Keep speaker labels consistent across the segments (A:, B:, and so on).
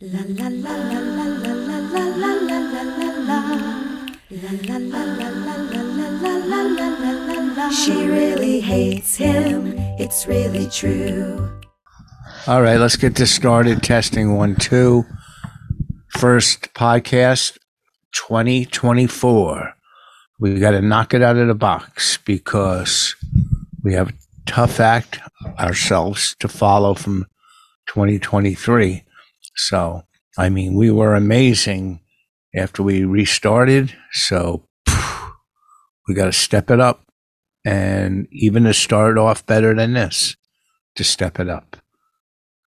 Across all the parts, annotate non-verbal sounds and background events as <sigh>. A: La la la la la la la la la la la la la. La la la la la la la la la la la la la. She really hates him. It's really true.
B: All right, let's get this started. Testing one, two. First podcast 2024. We got to knock it out of the box because we have a tough act ourselves to follow from 2023. So, I mean, we were amazing after we restarted. So, phew, we got to step it up and even to start off better than this, to step it up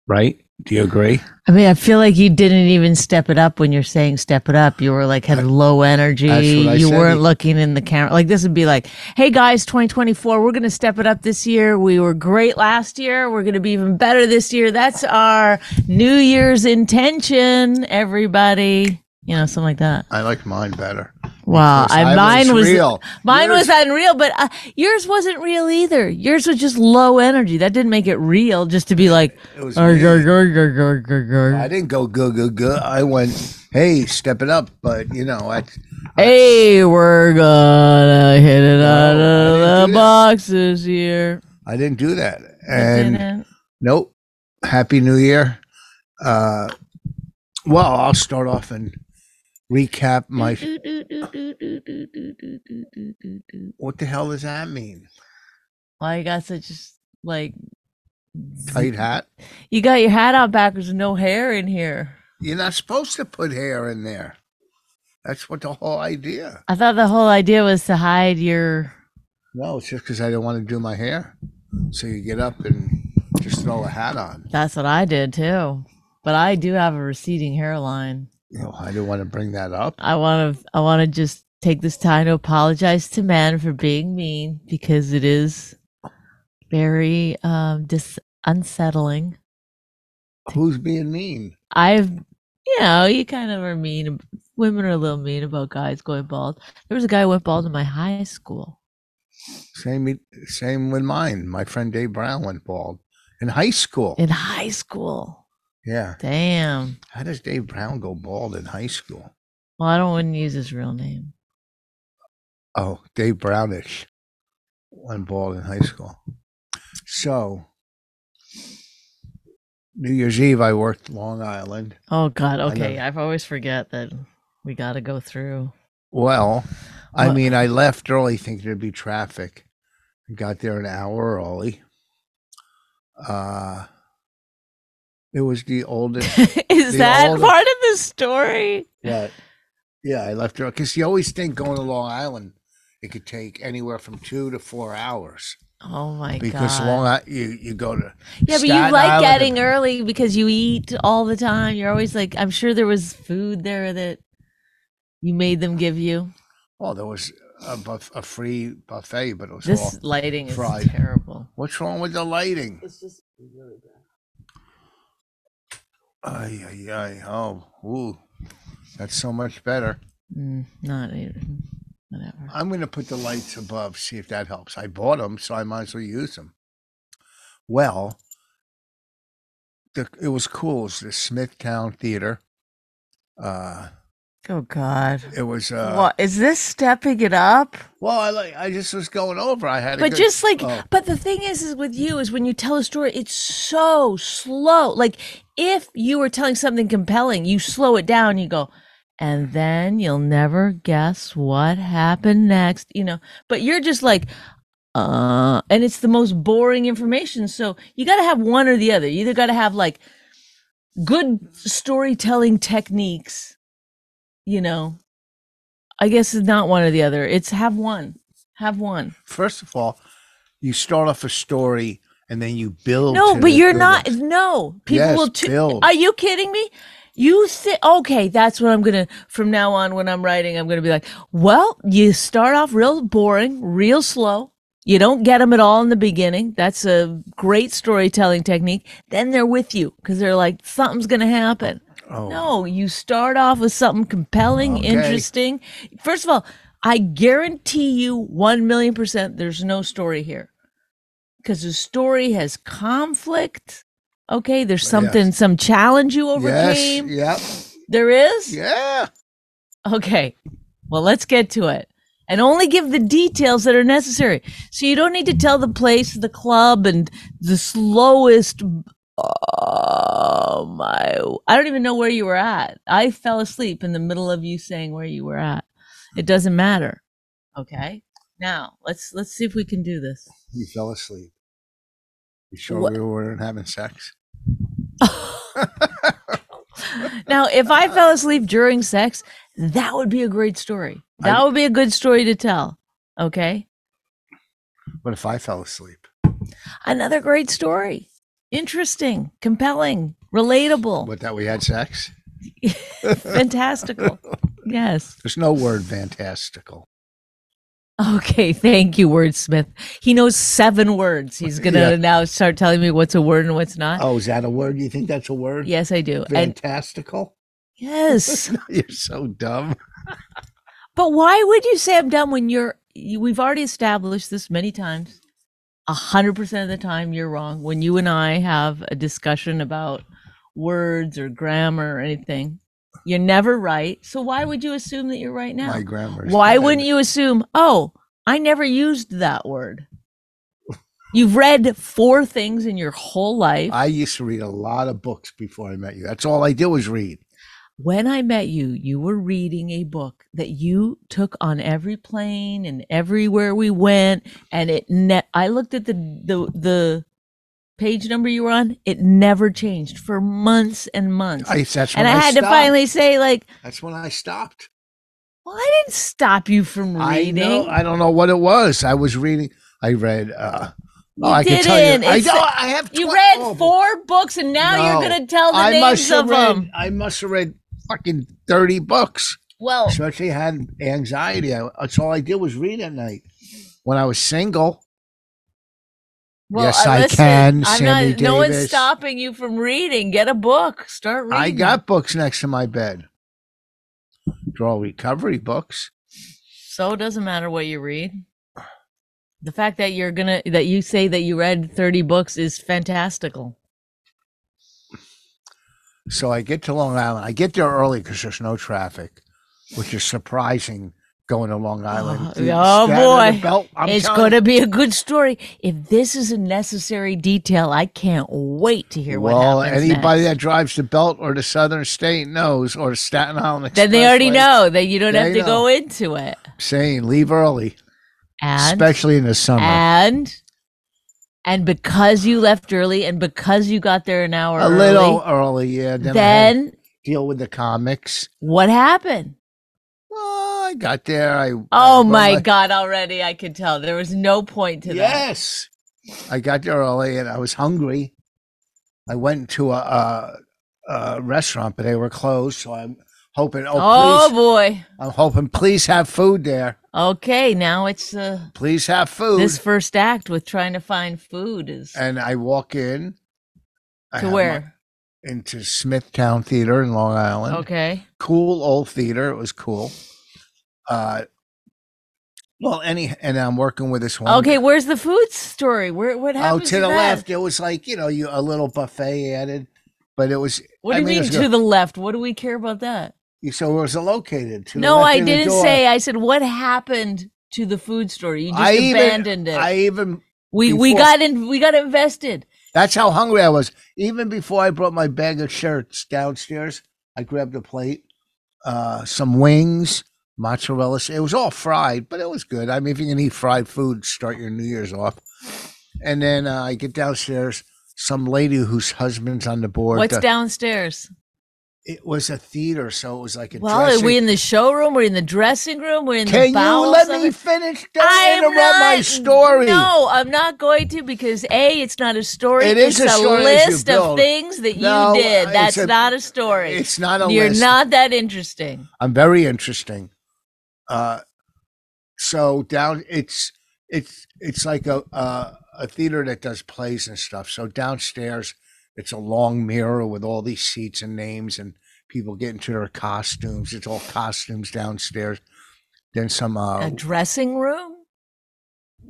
B: right? Do you agree?
C: I mean, I feel like you didn't even step it up when you're saying step it up. You were like had low energy.
B: That's what I
C: You
B: said.
C: weren't looking in the camera. Like this would be like, hey guys, 2024, we're gonna step it up this year. We were great last year. We're gonna be even better this year. That's our New Year's intention, everybody. You know, something like that.
B: I like mine better.
C: Wow,
B: Because I
C: mine
B: was
C: was,
B: real.
C: mine
B: Yours-
C: was unreal, but uh, yours wasn't real either. Yours was just low energy. That didn't make it real. Just to be like,
B: It was
C: "Arr,
B: me.
C: arr, arr, arr, arr, arr."
B: I didn't go go go go. I went, hey, step it up. But you know, I
C: Hey, we're gonna hit it out
B: No, I didn't do
C: of the
B: that.
C: box this year.
B: I didn't do that.
C: I
B: And
C: didn't.
B: nope. Happy New Year. Uh, well, I'll start off and recap my. What the hell does that mean?
C: Why you got such s- like
B: Tight hat.
C: you got your hat on backwards and no hair in here.
B: You're not supposed to put hair in there. That's what the whole idea.
C: I thought the whole idea was to hide your.
B: No, it's just because I don't want to do my hair. So you get up and just throw a hat on.
C: That's what I did too, but I do have a receding hairline.
B: You know, I didn't want to bring that up.
C: I want to. I want to just take this time to apologize to men for being mean because it is very um dis- unsettling.
B: Who's being mean?
C: I've, you know, you kind of are mean. ab- Women are a little mean about guys going bald. There was a guy who went bald in my high school.
B: Same, same with mine. My friend Dave Brown went bald in high school.
C: In high school.
B: yeah.
C: Damn.
B: How does Dave Brown go bald in high school?
C: Well, I don't wouldn't use his real name.
B: Oh, Dave Brownish went bald in high school. So, New Year's Eve, I worked Long Island.
C: Oh God.
B: know.
C: Okay, I've always forget that we got to go through. <laughs>
B: Well, I
C: What-
B: mean, I left early thinking there'd be traffic. I got there an hour early. Uh, it was the oldest.
C: Is
B: The
C: that
B: old-
C: part of the story?
B: but yeah, I left early because you always think going to Long Island, it could take anywhere from two to four hours
C: Oh my
B: because
C: God.
B: Long Island, you, you go to
C: yeah, but you
B: Staten
C: like
B: Island
C: getting
B: and-
C: early because you eat all the time. You're always like, I'm sure there was food there that you made them give you.
B: Oh, there was a, buff, a free buffet, but it was all.
C: This lighting is
B: fried.
C: terrible.
B: What's wrong with the lighting? It's just really bad. Ay, ay, ay. Oh, ooh. That's so much better.
C: Mm, not even. Whatever.
B: I'm going to put the lights above, see if that helps. I bought them, so I might as well use them. Well, the, it was cool. It was the Smithtown Theater. Uh,
C: Oh God.
B: it was, uh,
C: what is this stepping it up?
B: well, I like, I just was going over. I had a
C: But
B: good-
C: just like,
B: oh.
C: but the thing is, is with you is when you tell a story, it's so slow. Like if you were telling something compelling, you slow it down. You go, and then you'll never guess what happened next. You know. But you're just like. Uh, and it's the most boring information. So you got to have one or the other. You either got to have like good storytelling techniques, you know. I guess it's not one or the other. It's have one, have one.
B: first of all, you start off a story and then you build.
C: No,
B: to
C: but
B: the
C: you're
B: good
C: not.
B: one.
C: No, people
B: Yes,
C: will. T-
B: build.
C: Are you kidding me? You say, okay, that's what I'm gonna. From now on, when I'm writing, I'm gonna be like, well, you start off real boring, real slow. You don't get them at all in the beginning. That's a great storytelling technique. Then they're with you because they're like, something's gonna happen.
B: Oh.
C: No, you start off with something compelling,
B: Okay.
C: interesting. First of all, I guarantee you 1 million percent there's no story here because the story has conflict Okay, there's something, some challenge you overcame.
B: Yes.
C: There is?
B: Yep. Yeah.
C: Okay. Well, let's get to it. And only give the details that are necessary. So you don't need to tell the place, the club, and the slowest. Oh my! I don't even know where you were at. I fell asleep in the middle of you saying where you were at. It doesn't matter. Okay. Now let's let's see if we can do this.
B: You fell asleep. You sure
C: What-
B: we weren't having sex?
C: now, if I fell asleep during sex, that would be a great story. That
B: I-
C: would be a good story to tell. Okay.
B: What if I fell asleep?
C: Another great story. Interesting, compelling, relatable,
B: What that we had sex? <laughs>
C: fantastical. Yes.
B: There's no word fantastical.
C: Okay. Thank you, wordsmith. He knows seven words. He's going to
B: Yeah.
C: now start telling me what's a word and what's not.
B: Oh, is that a word? You think that's a word?
C: Yes, I do. And
B: Fantastical?
C: yes.
B: <laughs> You're so dumb.
C: But why would you say I'm dumb when you're? You, we've already established this many times. A hundred percent of the time, you're wrong when you and I have a discussion about words or grammar or anything. You're never right. So why would you assume that you're right now?
B: My grammar.
C: Why wouldn't you assume? Oh, I never used that word. You've read four things in your whole life.
B: I used to read a lot of books before I met you. That's all I did was read.
C: when I met you, you were reading a book that you took on every plane and everywhere we went, and it. Ne- I looked at the the the page number you were on. It never changed for months and months,
B: I, that's when
C: and I, had to
B: stopped.
C: finally say, like,
B: That's when I stopped.
C: "Well, I didn't stop you from
B: I
C: reading.
B: know. I don't know what it was. I was reading. I read. Uh,
C: You
B: oh, I can
C: didn't.
B: tell you. I,
C: It's-
B: know, I have.
C: you
B: twen-
C: read
B: oh,
C: four books, and now you're
B: No.
C: going to tell the
B: I must
C: names
B: have
C: of
B: read.
C: them.
B: I must have read fucking thirty books.
C: Well,
B: Especially had anxiety. I, that's all I did was read at night. When I was single,
C: well,
B: Yes,
C: uh,
B: I
C: listen,
B: can,
C: I'm
B: Sammy
C: not. No one's
B: Davis.
C: stopping you from reading. Get a book. Start reading.
B: I got books next to my bed. Draw recovery books.
C: So it doesn't matter what you read. The fact that you're gonna that you say that you read thirty books is fantastical.
B: So I get to Long Island. I get there early because there's no traffic, which is surprising going to Long Island.
C: Oh, oh,
B: Standing in
C: boy.
B: the belt, I'm
C: it's
B: telling you.
C: gonna be a good story. If this is a necessary detail, I can't wait to hear
B: well,
C: what happens.
B: anybody
C: next.
B: that drives the belt or the Southern State knows, or Staten Island
C: then they already
B: Expressway,
C: know that you don't have to
B: They
C: go
B: know.
C: into it.
B: Saying leave early,
C: And
B: especially in the summer.
C: and and because you left early and because you got there an hour
B: a
C: early,
B: little early, yeah. Then, I had to
C: then
B: deal with the comics.
C: what happened?
B: Well, I got there. I
C: Oh
B: I brought
C: my god! Already, I could tell there was no point to that.
B: yes. I got there early and I was hungry. I went to a, a, a restaurant, but they were closed. So I'm hoping, oh,
C: Oh,
B: please,
C: boy.
B: I'm hoping, please have food there.
C: Okay, now it's uh,
B: Please have food.
C: this first act with trying to find food is
B: and I walk in. I
C: to
B: have my-
C: where?
B: into Smithtown Theater in Long Island.
C: Okay.
B: Cool old theater. It was cool. Uh, well, any, and I'm working with this one.
C: Okay, where's the food story? Where what
B: Oh,
C: happened
B: to the left, it was like you know, you a little buffet added, but it was.
C: What do
B: I
C: you
B: mean, it
C: mean,
B: was
C: to
B: good.
C: the left? What do we care about that?
B: You- So it was located. To the
C: No,
B: left
C: I
B: of the
C: didn't
B: door.
C: say. I said what happened to the food story. You just
B: I even-
C: abandoned it.
B: I even.
C: we we
B: before-
C: got in we got invested.
B: That's how hungry I was. Even before I brought my bag of shirts downstairs, I grabbed a plate, uh, some wings, mozzarella. It was all fried, but it was good. I mean, if you can eat fried food, start your New Year's off. And then uh, I get downstairs. Some lady whose husband's on the board.
C: What's
B: the-
C: downstairs?
B: It was a theater, so it was like a.
C: Well,
B: dressing
C: are we in the showroom? We're in the dressing room. We're in
B: Can
C: the
B: you
C: bowels
B: let
C: of
B: me
C: it?
B: finish? Don't
C: I'm
B: interrupt my
C: not-
B: story.
C: No, I'm not going to because a, it's not a story.
B: It is
C: it's
B: a story as you
C: list of
B: build.
C: things that
B: No,
C: you did.
B: it's
C: That's
B: a-
C: not a story.
B: It's not a
C: You're
B: list.
C: not that interesting.
B: I'm very interesting. Uh, so down, it's it's it's like a, a a theater that does plays and stuff. So downstairs, it's a long mirror with all these seats and names, and people get into their costumes. It's all costumes downstairs. Then some, uh,
C: A dressing room.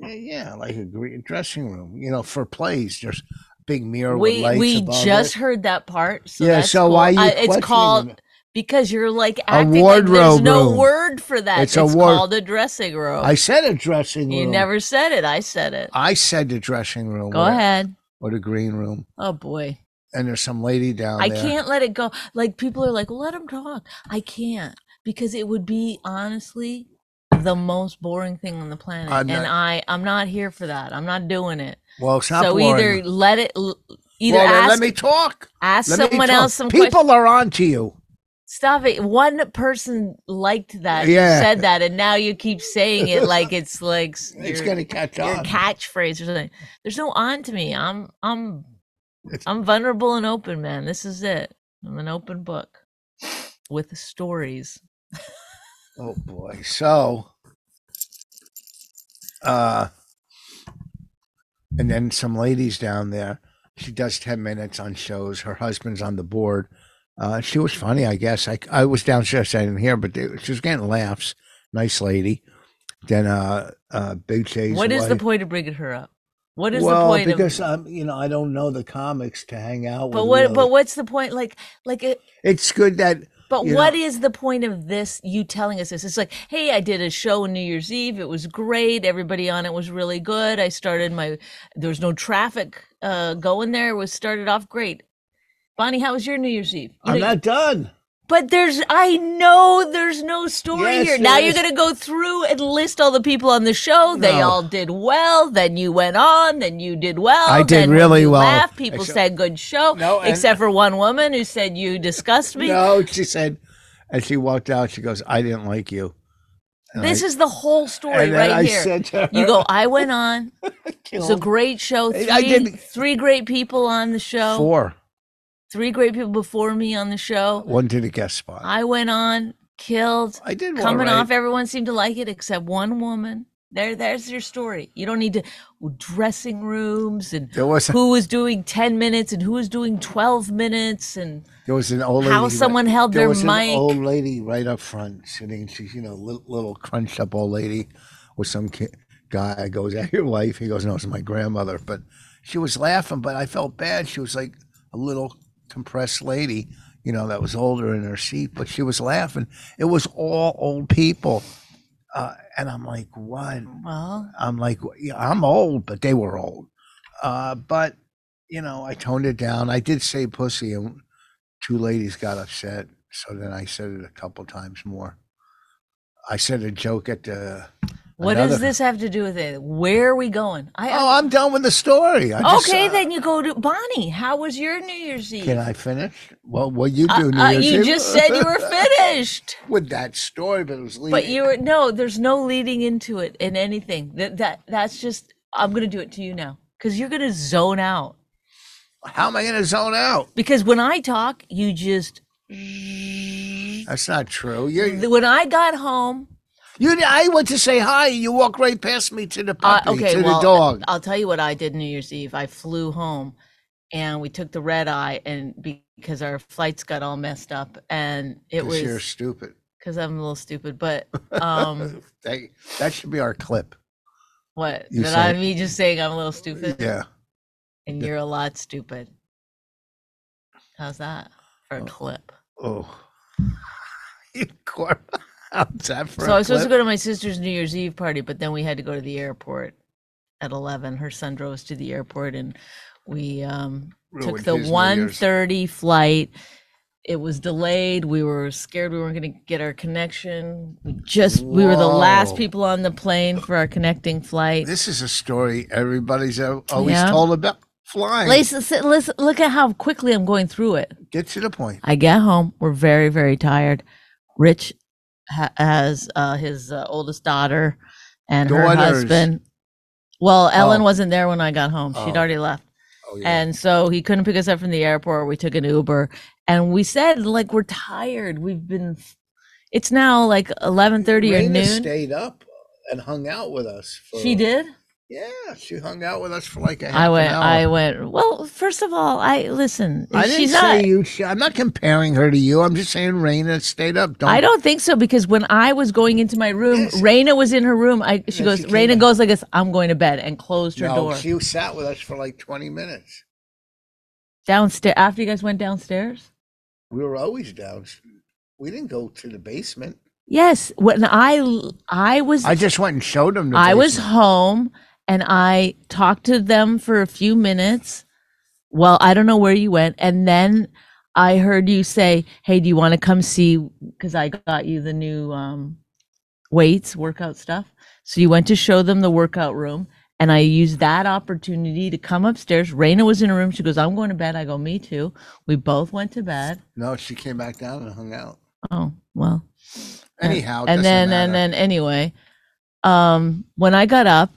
B: yeah, like a gre- dressing room, you know, for plays. There's big mirror with
C: we
B: lights
C: we
B: above
C: just
B: it.
C: heard that part. So
B: yeah.
C: that's
B: So
C: cool.
B: why you?
C: I- it's
B: questioning
C: called
B: it?
C: because you're like acting like there's
B: wardrobe
C: no
B: room.
C: word for that.
B: It's
C: It's,
B: a ward-
C: called a dressing room.
B: I said a dressing room.
C: you never said it. I said it.
B: I said the dressing room.
C: Go
B: or-
C: ahead.
B: Or the green room,
C: Oh boy.
B: and there's some lady down
C: I
B: there.
C: can't let it go. Like people are like, let him talk. I can't because it would be honestly the most boring thing on the planet,
B: I'm
C: and
B: not-
C: I I'm not here for that. I'm not doing it.
B: Well, it's not
C: so
B: boring.
C: either let it, l- either
B: well, then
C: ask
B: let me talk.
C: ask
B: Let me
C: someone
B: talk.
C: else some
B: People
C: questions.
B: are on to you.
C: Stop it. One person liked that,
B: Yeah.
C: said that, and now you keep saying it
B: <laughs>
C: like it's like s-
B: It's
C: your-
B: going to catch
C: your
B: on.
C: catchphrase or something. There's no on to me. I'm I'm
B: It's-
C: I'm vulnerable and open, man. This is it. I'm an open book with stories.
B: oh boy. So, uh, and then some ladies down there. She does ten minutes on shows. Her husband's on the board. Uh, she was funny, I guess. I I was downstairs, I didn't hear, but they, she was getting laughs. Nice lady. Then uh, uh, Big J's
C: what is the
B: wife-
C: point of bringing her up? What is
B: well,
C: the point
B: because
C: of
B: um, you know, I don't know the comics to hang out
C: But
B: with.
C: what
B: really.
C: but what's the point like like it,
B: It's good that
C: but what
B: You
C: is
B: know-
C: the point of this you telling us this? It's like, "Hey, I did a show on New Year's Eve. It was great. Everybody on it was really good. I started my there was no traffic uh going there. It was started off great." Bonnie, how was your New Year's Eve? You
B: I'm
C: know-
B: not done.
C: But there's, I know there's no story
B: Yes,
C: here. Now
B: there
C: you're
B: is.
C: going to go through and list all the people on the show. They
B: No.
C: all did well. Then you went on. Then you did well.
B: I did
C: then when
B: really
C: you
B: well.
C: laughed, people
B: Except-
C: said good show,
B: No, and-
C: except for one woman who said you disgust me.
B: No, she said, and she walked out. She goes, "I didn't like you." And
C: this
B: I-
C: is the whole story
B: and then
C: right
B: I
C: here.
B: said to her,
C: you go. I
B: <laughs>
C: went on. It was a great show. Three,
B: I did-
C: three great people on the show.
B: four.
C: Three great people before me on the show.
B: One did a guest spot. I,
C: I went on, killed.
B: did
C: coming
B: all right.
C: off everyone seemed to like it except one woman there there's your story you don't need to dressing rooms and
B: There was
C: who was doing 10 minutes and who was doing 12 minutes and
B: there was an old lady.
C: how
B: right-
C: someone held
B: there
C: their
B: was
C: mic.
B: An old lady right up front sitting. She's you know little, little crunched up old lady with some kid, guy. I goes, "That your wife?" He goes, "No, it's my grandmother." But she was laughing, but I felt bad. She was like a little compressed lady, you know, that was older in her seat, but she was laughing. It was all old people, uh, and I'm like, "What?"
C: well
B: I'm like, yeah, I'm old, but they were old. Uh, but you know, I toned it down. I did say pussy, and two ladies got upset. So then I said it a couple times more. I said a joke at the.
C: what
B: another-
C: does this have to do with it where are we going i, I-
B: Oh, I'm done with the story. I just,
C: okay
B: uh,
C: then you go to bonnie how was your new year's eve
B: Can I finish? Well, what you do? New
C: Uh, uh,
B: Year's
C: you
B: Eve?
C: just said
B: <laughs>
C: you were finished
B: with that story, but it was leading.
C: But you were no, there's no leading into it in anything. That that that's just I'm gonna do it to you now. Cause you're gonna zone out.
B: How am I going to zone out?
C: Because when I talk, you just
B: That's not true. You,
C: when I got home,
B: you. I went to say hi. You walk right past me to the
C: I-
B: puppy,
C: Uh, okay,
B: to
C: well,
B: the dog.
C: I'll tell you what I did New Year's Eve. I flew home, and we took the red eye, and because our flights got all messed up, and it
B: 'cause you're
C: <laughs> was
B: stupid.
C: because I'm a little stupid. But
B: <laughs>
C: um,
B: That, that should be our clip.
C: what
B: You
C: did I
B: said-
C: me just saying I'm a little stupid?
B: Yeah.
C: and
B: Yeah.
C: you're a lot stupid. How's that for a
B: Oh,
C: clip?
B: Oh. <laughs> You cor- How's that for
C: So
B: a
C: I was supposed to
B: clip?
C: go to my sister's New Year's Eve party, but then we had to go to the airport at eleven. Her son drove us to the airport, and we um, took
B: Ruined
C: the
B: his New
C: one
B: Year's.
C: thirty flight. It was delayed. We were scared we weren't going to get our connection. We just we were the last
B: Whoa.
C: people on the plane for our connecting flight.
B: This is a story everybody's al- always
C: Yeah.
B: told about flying.
C: Lisa, sit- listen, look at how quickly I'm going through it.
B: Get to the point.
C: I get home. We're very, very tired. Rich ha- has uh, his uh, oldest daughter and her
B: Daughters.
C: husband. Well, Ellen
B: Oh.
C: wasn't there when I got home. She'd
B: Oh.
C: already left.
B: Oh, yeah.
C: And so he couldn't pick us up from the airport. We took an Uber and we said, like, we're tired. We've been, it's now like 11.30 or
B: Raina
C: noon.
B: stayed up and hung out with us. For,
C: She did?
B: Yeah, she hung out with us for like a half
C: I went,
B: an hour.
C: I went, well, first of all, I, listen,
B: I didn't
C: she's
B: say
C: not,
B: you. sh- I'm not comparing her to you. I'm just saying Raina stayed up. Don't.
C: I don't think so because when I was going into my room,
B: Yes.
C: Raina was in her room. I she
B: Yeah,
C: goes,
B: she came
C: Raina
B: in.
C: goes like this, I'm going to bed and closed her
B: No,
C: door.
B: she sat with us for like 20 minutes.
C: Downstairs after you guys went downstairs?
B: We were always down. We didn't go to the basement.
C: Yes, when I l- I was
B: I just went and showed them. The
C: I was
B: basement.
C: home and I talked to them for a few minutes. Well, I don't know where you went. And then I heard you say, Hey, do you want to come see? Because I got you the new um, weights, workout stuff. So you went to show them the workout room. And I used that opportunity to come upstairs. Raina was in her room. She goes, I'm going to bed. I go, Me too. We both went to bed.
B: No, she came back down and hung out.
C: Oh, well. And-
B: Anyhow, it
C: and
B: doesn't
C: then and
B: matter.
C: then anyway um when i got up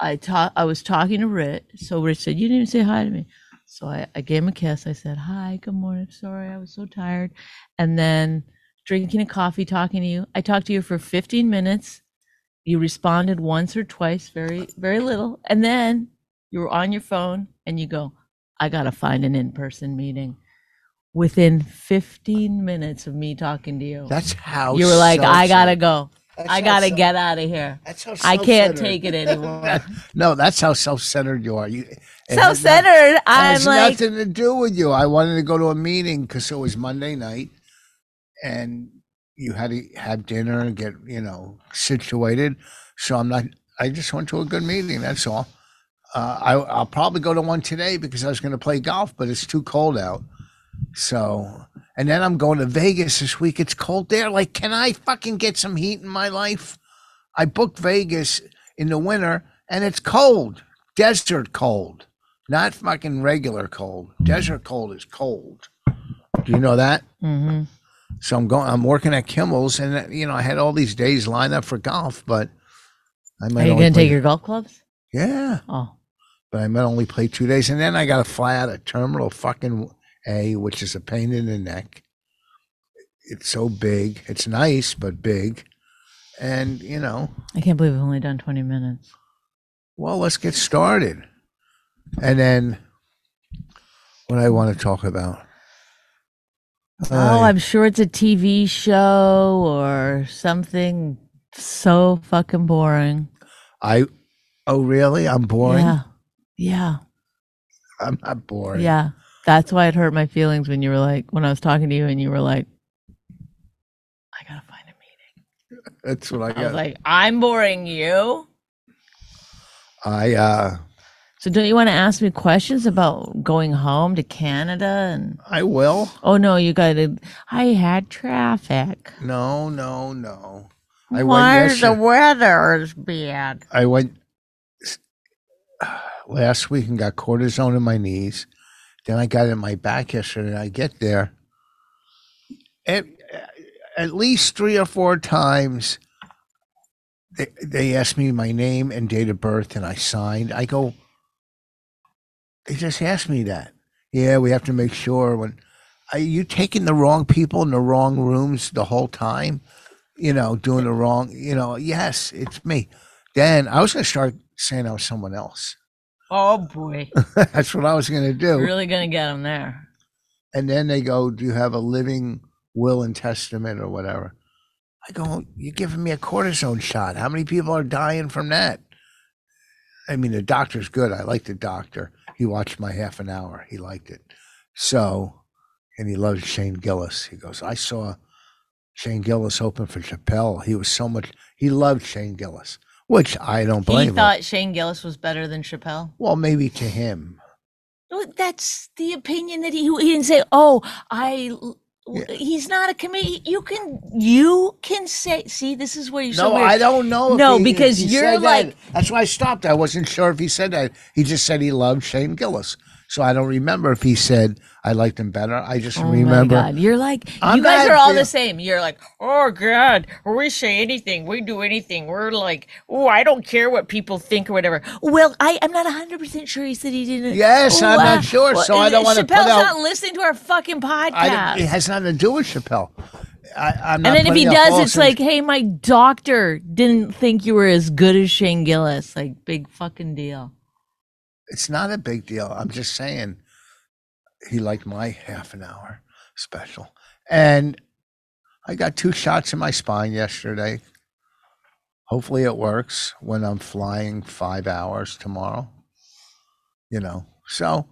C: i taught i was talking to rich so rich said you didn't even say hi to me so I, I gave him a kiss i said hi good morning sorry i was so tired and then drinking a coffee talking to you i talked to you for 15 minutes you responded once or twice very very little and then you were on your phone and you go i gotta find an in-person meeting within 15 minutes of me talking to you
B: that's how
C: you were like, I gotta go.
B: That's
C: I
B: how
C: gotta
B: self-
C: get out of here.
B: That's how
C: I can't
B: self-centered- <laughs>
C: take it anymore.
B: no, that's how self-centered you are. You it had no-
C: Self-centered.
B: it
C: I'm
B: has
C: like,
B: nothing to do with you. I wanted to go to a meeting because it was Monday night, and you had to have dinner and get you know situated. So I'm not. I just went to a good meeting. That's all. Uh, I, I'll probably go to one today because I was going to play golf, but it's too cold out. So, and then I'm going to Vegas this week. It's cold there. Like, can I fucking get some heat in my life? I booked Vegas in the winter and it's cold, desert cold, not fucking regular cold. Desert cold is cold. Do you know that?
C: Mhm.
B: So I'm going, I'm working at Kimmel's and, uh, you know, I had all these days lined up for golf, but I might
C: are you
B: only
C: gonna
B: play-
C: take your golf clubs?
B: yeah
C: Oh,
B: but I might only play two days, and then I got to fly out of Terminal fucking A, which is a pain in the neck. It's so big. It's nice, but big. And you know,
C: I can't believe we've only done 20 minutes.
B: well, let's get started. And then, what I want to talk about?
C: oh, I'm sure it's a TV show or something so fucking boring.
B: I. Oh, really? I'm boring.
C: Yeah, yeah,
B: I'm not boring.
C: yeah. That's why it hurt my feelings when you were like, when I was talking to you and you were like, I gotta find a meeting.
B: that's what I
C: I was
B: got.
C: like, I'm boring you.
B: I uh,
C: So don't you want to ask me questions about going home to Canada and
B: I will.
C: oh no, you got to I had traffic.
B: No, no, no. I
C: Why
B: went
C: the
B: yesterday.
C: weather is bad.
B: I went last week and got cortisone in my knees. Then I got it in my back yesterday. And I get there, at, at least three or four times, they, they asked me my name and date of birth, and I signed. I go, they just asked me that. Yeah, we have to make sure when are you taking the wrong people in the wrong rooms the whole time? You know, doing the wrong, you know, yes, it's me. Then I was going to start saying I was someone else. <laughs>
C: Oh boy.
B: That's what I was going to do.
C: You're really going to get them there.
B: And then they go, Do you have a living will and testament or whatever? I go, You're giving me a cortisone shot. How many people are dying from that? I mean, the doctor's good. I like the doctor. He watched my half an hour, he liked it. So, and he loves Shane Gillis. He goes, I saw Shane Gillis open for Chappelle. He was so much, he loved Shane Gillis, which I don't blame
C: He
B: him.
C: thought Shane Gillis was better than Chappelle.
B: Well, maybe to him.
C: No, that's the opinion that he he didn't say, "Oh, I l- w- He's not a comedian. You can you can say see this is where you're
B: No,
C: so weird.
B: I don't know. if
C: No,
B: he- if
C: because
B: he
C: you're
B: said that.
C: like-
B: That's why I stopped. I wasn't sure if he said that. He just said he loved Shane Gillis. So I don't remember if he said I liked him better. I just
C: Oh my
B: remember.
C: God. You're like
B: I'm
C: you guys
B: not
C: are all
B: feel-
C: the same. You're like, oh God, we say anything, we do anything. We're like, oh, I don't care what people think or whatever. Well, I I'm not 100 percent sure he said he didn't.
B: Yes, I'm
C: Well,
B: not
C: uh,
B: sure, so I don't wanna put
C: Chappelle's
B: out-
C: not listening to our fucking
B: I don't-
C: podcast.
B: it has nothing to do with Chappelle. I, I'm not
C: and then if he
B: putting up
C: does,
B: false
C: it's like,
B: ins-
C: hey, my doctor didn't think you were as good as Shane Gillis. Like, big fucking deal.
B: it's not a big deal. I'm just saying he liked my half an hour special, and I got two shots in my spine yesterday. Hopefully, it works when I'm flying five hours tomorrow. You know, so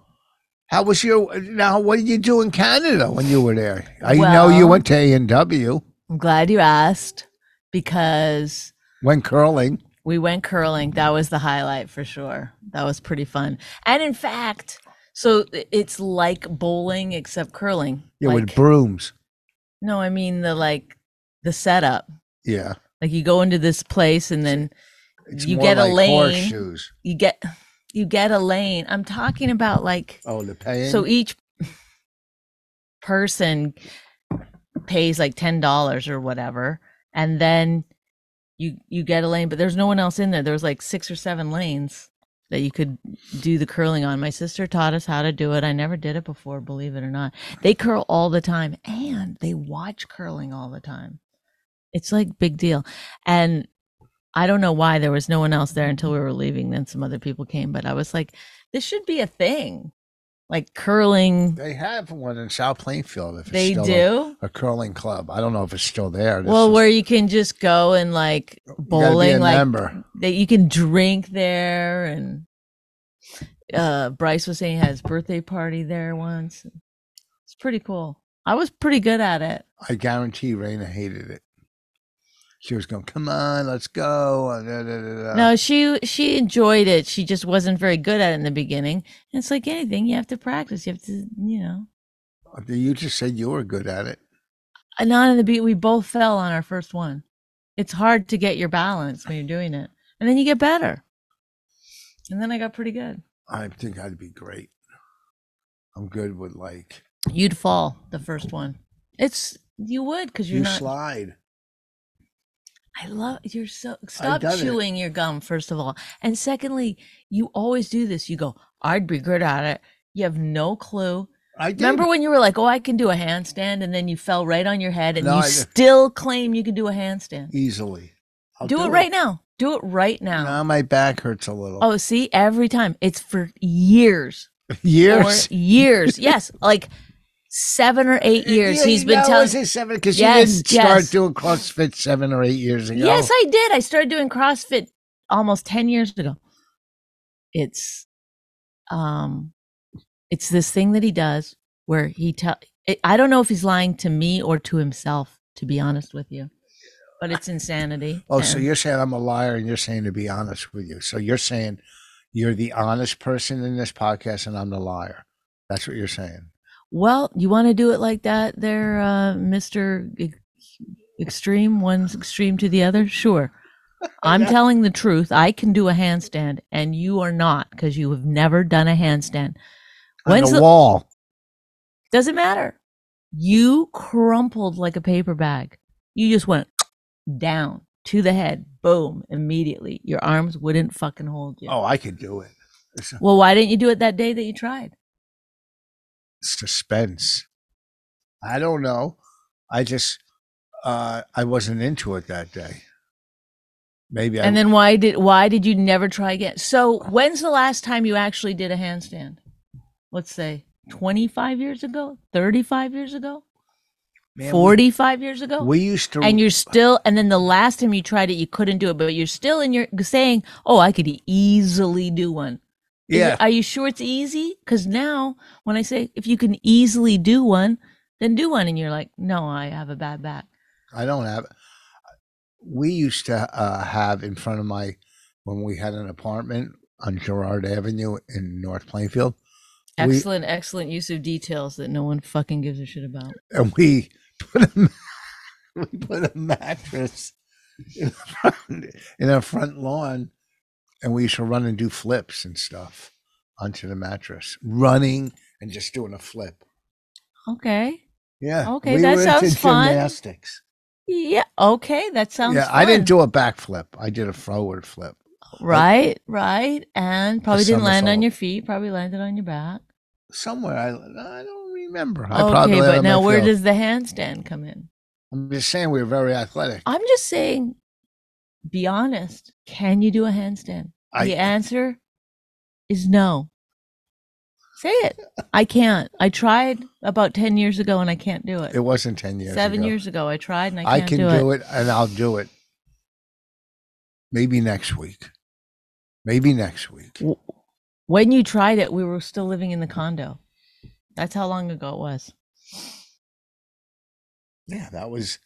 B: How was your now? What did you do in Canada when you were there? I know you
C: Well-
B: went to A and W,
C: I'm glad you asked because
B: went curling.
C: we went curling. That was the highlight for sure. That was pretty fun. And in fact, so i- it's like bowling except curling.
B: You
C: like,
B: with brooms.
C: no, I mean the like the setup.
B: Yeah,
C: Like you go into this place and then
B: it's
C: You
B: more
C: get a
B: like
C: lane.
B: Horseshoes.
C: you get you get a lane. I'm talking about like
B: Oh, the paying.
C: so each person pays like ten dollars or whatever, and then you you get a lane, but there's no one else in there. There's like six or seven lanes that you could do the curling on. My sister taught us how to do it. I never did it before, believe it or not. They curl all the time and they watch curling all the time. It's like big deal. And I don't know why there was no one else there until we were leaving. Then some other people came, but I was like, this should be a thing. Like curling.
B: they have one in South Plainfield. If it's
C: They
B: still a-
C: do.
B: a, curling club. I don't know if it's still there. This
C: Well,
B: is-
C: where you can just go and like
B: you gotta be
C: bowling,
B: a
C: like
B: member.
C: that you can drink there and uh Bryce was saying he had his birthday party there once. It's pretty cool. I was pretty good at it.
B: I guarantee Raina hated it. She was going, "Come on, let's go." uh, da, da, da, da."
C: No, she she enjoyed it. She just wasn't very good at it in the beginning. And it's like anything, you have to practice. You have to, you know.
B: you just said you were good at it.
C: And Not on the beat, we both fell on our first one. It's hard to get your balance when you're doing it. And then you get better. And then I got pretty good.
B: I think I'd be great. I'm good with like
C: You'd fall the first one. It's you would because you're
B: you
C: not.
B: slide.
C: I love you're so stop
B: done it.
C: chewing your gum first of all, and secondly, you always do this. You go, I'd be good at it. You have no clue.
B: I did.
C: Remember when you were like, "Oh, I can do a handstand," and then you fell right on your head, and
B: No,
C: you
B: I did.
C: still claim you can do a handstand.
B: easily. I'll
C: do, it right now. Do it right now.
B: Now my back hurts a little.
C: Oh, see, every time it's for years,
B: <laughs> years. <laughs>
C: for years. yes, like seven or eight years. he's been telling.
B: us seven because
C: Yes,
B: you didn't start
C: yes.
B: doing CrossFit seven or eight years ago.
C: Yes, I did. I started doing CrossFit almost 10 years ago. It's um it's this thing that he does where he tell I- I don't know if he's lying to me or to himself to be honest with you. But it's insanity.
B: oh, so
C: and-
B: you're saying I'm a liar, and you're saying to be honest with you. So you're saying you're the honest person in this podcast, and I'm the liar. That's what you're saying.
C: Well, you want to do it like that there uh Mr. Ex- Extreme one's extreme to the other? Sure.
B: <laughs>
C: I'm telling the truth. I can do a handstand and you are not because you have never done a handstand.
B: On
C: When's
B: the,
C: the-
B: wall?
C: Doesn't matter. You crumpled like a paper bag. You just went down to the head, boom, immediately. Your arms wouldn't fucking hold you.
B: Oh, I could do it. It's
C: Well, why didn't you do it that day that you tried?
B: suspense. I don't know. I just uh, I wasn't into it that day. Maybe I
C: And then why did why did you never try again? So when's the last time you actually did a handstand? Let's say 25 years ago, 35 years ago,
B: Man, we-
C: 45 years ago.
B: We used to
C: and you're still and then the last time you tried it you couldn't do it but you're still in your saying oh i could easily do one Is it-
B: yeah.
C: are you sure it's easy because now when i say if you can easily do one then do one and you're like no i have a bad back
B: I don't have. We used to uh, have in front of my when we had an apartment on Girard Avenue in North Plainfield, We-
C: excellent excellent use of details that no one fucking gives a shit about
B: and we <laughs> put a ma- we put a mattress in the front, in our front lawn, and we used to run and do flips and stuff onto the mattress, running and just doing a flip.
C: okay
B: Yeah.
C: Okay,
B: we
C: that
B: were
C: sounds
B: into
C: fun.
B: Gymnastics.
C: yeah okay that sounds
B: yeah, I didn't
C: fun.
B: do a backflip. I did a forward flip.
C: right right and probably didn't land on
B: somersault.
C: your feet probably landed on your back
B: somewhere. I I don't remember. I probably landed
C: okay but
B: on my
C: now where
B: field.
C: does the handstand come in
B: I'm just saying we were very athletic.
C: I'm just saying, be honest. Can you do a handstand?
B: I-
C: the answer is no. Say it. I can't. I tried about 10 years ago and I can't do it.
B: It wasn't ten years.
C: Seven
B: ago.
C: years ago, I tried and I
B: I,
C: can't
B: can
C: do, it.
B: and I'll do it. Maybe next week. Maybe next week.
C: W- When you tried it, we were still living in the condo. That's how long ago it was.
B: Yeah, that was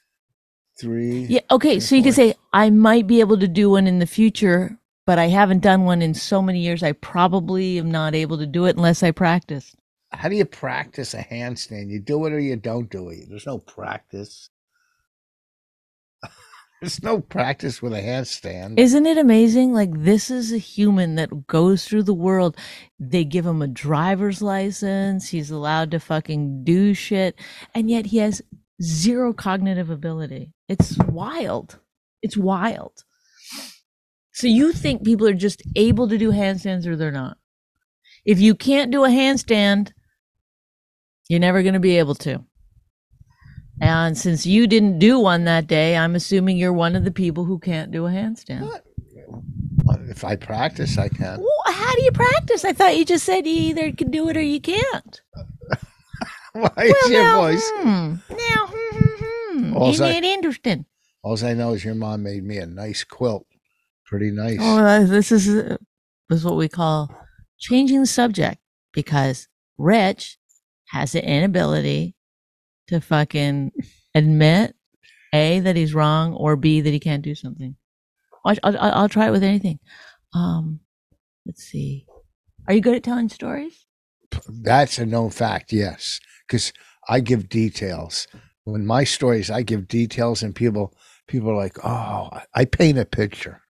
B: three.
C: Yeah. Okay.
B: Three,
C: So you could
B: four.
C: say, I might be able to do one in the future, but I haven't done one in so many years. I probably am not able to do it unless I practice.
B: How do you practice a handstand? You do it or you don't do it. There's no practice. <laughs> There's no practice with a handstand.
C: Isn't it amazing? Like, this is a human that goes through the world. They give him a driver's license. He's allowed to fucking do shit. And yet he has zero cognitive ability. It's wild. It's wild. So you think people are just able to do handstands or they're not? If you can't do a handstand, you're never going to be able to. And since you didn't do one that day, I'm assuming you're one of the people who can't do a handstand.
B: What? If I practice, I can. <laughs>
C: Well, how do you practice? I thought you just said you either can do it or you can't.
B: Why is your
C: now,
B: voice?
C: hmm. Now, hmm, hmm, hmm.
B: All's
C: Isn't
B: I-
C: it interesting?
B: All I know is your mom made me a nice quilt. Pretty nice.
C: Oh, uh, this is uh, this is what we call changing the subject because Rich has the inability to fucking admit a that he's wrong or b that he can't do something. Watch, I'll, I'll, I'll try it with anything. Um, let's see. Are you good at telling stories?
B: That's a known fact, yes. Because I give details. When my stories, I give details, and people people are like, "Oh, I- I paint a picture."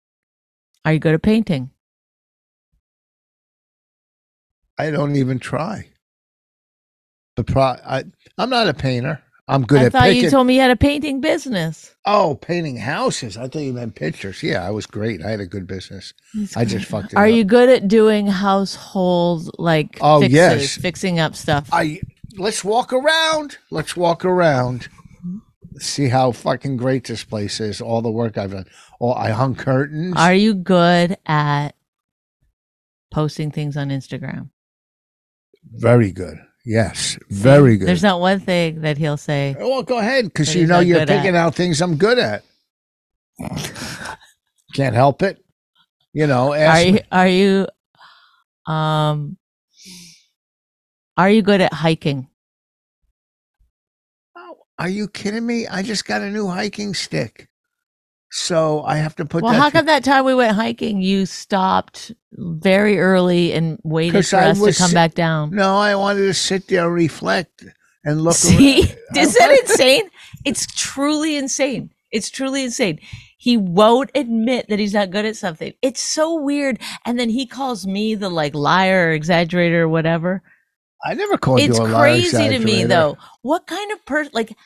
C: Are you good at painting?
B: I don't even try. The pro, I, I'm not a painter. I'm good
C: I
B: at
C: thought
B: picking.
C: you told me you had a painting business.
B: oh, painting houses. I thought you meant pictures. Yeah, I was great. I had a good business.
C: That's
B: I just
C: great.
B: fucked it
C: Are
B: up.
C: you good at doing household like
B: Oh,
C: fixes,
B: yes.
C: fixing up stuff?
B: I let's walk around. Let's walk around. See how fucking great this place is. All the work I've done. All I hung curtains.
C: Are you good at posting things on Instagram?
B: Very good. Yes, very good. Oh,
C: There's not one thing that he'll say.
B: well, go ahead, because
C: That
B: you
C: he's
B: know
C: not
B: you're
C: good at.
B: picking out things I'm good at. Can't help it. You know. Ask
C: Are
B: me-
C: you are you um are you good at hiking?
B: Oh, are you kidding me? I just got a new hiking stick, so I have to put
C: well,
B: that.
C: how come that time we went hiking you stopped very early and waited
B: 'Cause
C: for
B: I
C: us to
B: was
C: come
B: si-
C: back down?
B: no, I wanted to sit there, and reflect, and look.
C: <laughs> See,
B: around. I
C: is that
B: wanted-
C: insane? It's truly insane. It's truly insane. He won't admit that he's not good at something. It's so weird. And then he calls me the like liar or exaggerator or whatever.
B: I never called
C: it's
B: you a liar
C: crazy to me
B: exaggerator.
C: though. What kind of person like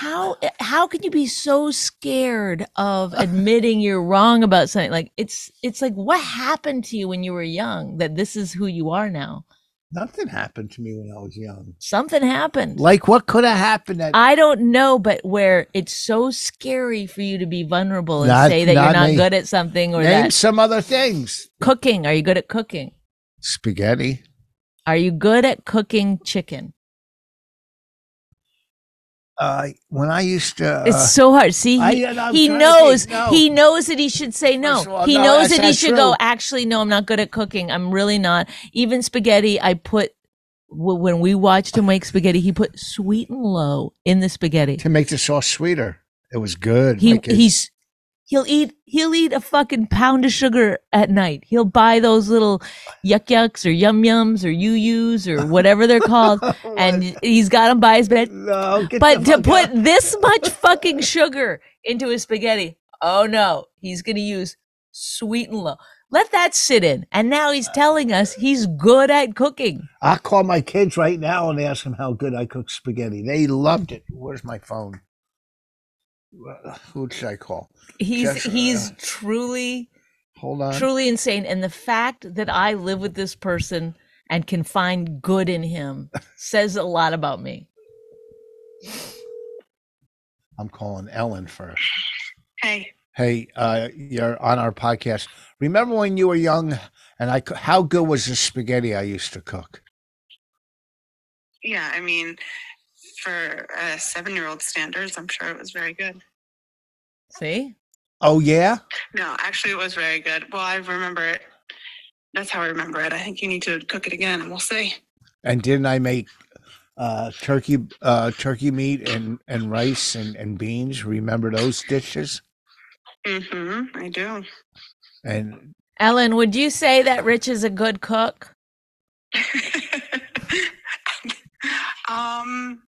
C: how how can you be so scared
B: <laughs>
C: of admitting you're wrong about something? Like it's it's like what happened to you when you were young that this is who you are now?
B: Nothing happened to me when I was young.
C: Something happened.
B: Like what could have happened? That
C: I don't know, but where it's so scary for you to be vulnerable and
B: Not-
C: say that
B: not
C: you're not
B: me.
C: good at something or
B: name
C: that
B: some other things.
C: cooking. Are you good at cooking?
B: Spaghetti.
C: Are you good at cooking chicken?
B: Uh, when I used to, uh,
C: it's so hard. See, he,
B: I- I'm
C: he
B: trying to
C: knows.
B: think, no.
C: He knows that he should say no.
B: First of all,
C: he
B: no,
C: knows
B: that's
C: that he
B: not
C: should go.
B: true.
C: Actually, no, I'm not good at cooking. I'm really not. Even spaghetti, I put wh- when we watched him make spaghetti, he put sweet and low in the spaghetti.
B: to make the sauce sweeter. It was good.
C: he
B: Like it- <laughs>
C: he's he'll eat he'll eat a fucking pound of sugar at night. He'll buy those little yuck yucks or yum yums or yu yus or whatever
B: <laughs>
C: they're called, and he's got them by his bed.
B: Oh, no, <laughs> get
C: But
B: the
C: to
B: fuck out. <laughs>
C: put this much fucking sugar into his spaghetti, oh no, he's gonna use sweet and low. Let that sit in. And now
B: Uh,
C: he's telling us he's good at cooking.
B: I call my kids right now and ask them how good I cook spaghetti. They loved it. Where's my phone? Uh, Who should I call?
C: He's
B: Just, uh,
C: he's truly
B: Hold on.
C: truly insane and the fact that i live with this person and can find good in him says a lot about me
B: I'm calling Ellen first.
D: Hey,
B: Hey, uh, you're on our podcast. Remember when you were young and I? coo- How good was the spaghetti I used to cook?
D: yeah, I mean, for uh, seven year old standards, I'm sure it was very good.
C: see
B: Oh yeah.
D: No, actually, it was very good. Well, I remember it. That's how I remember it. I think you need to cook it again and we'll see.
B: And didn't I make uh, turkey uh, turkey meat and, and rice and, and beans. Remember those dishes?
D: Mm-hmm. I do. <laughs>
B: And
C: Ellen, would you say that Rich is a good cook?
D: um,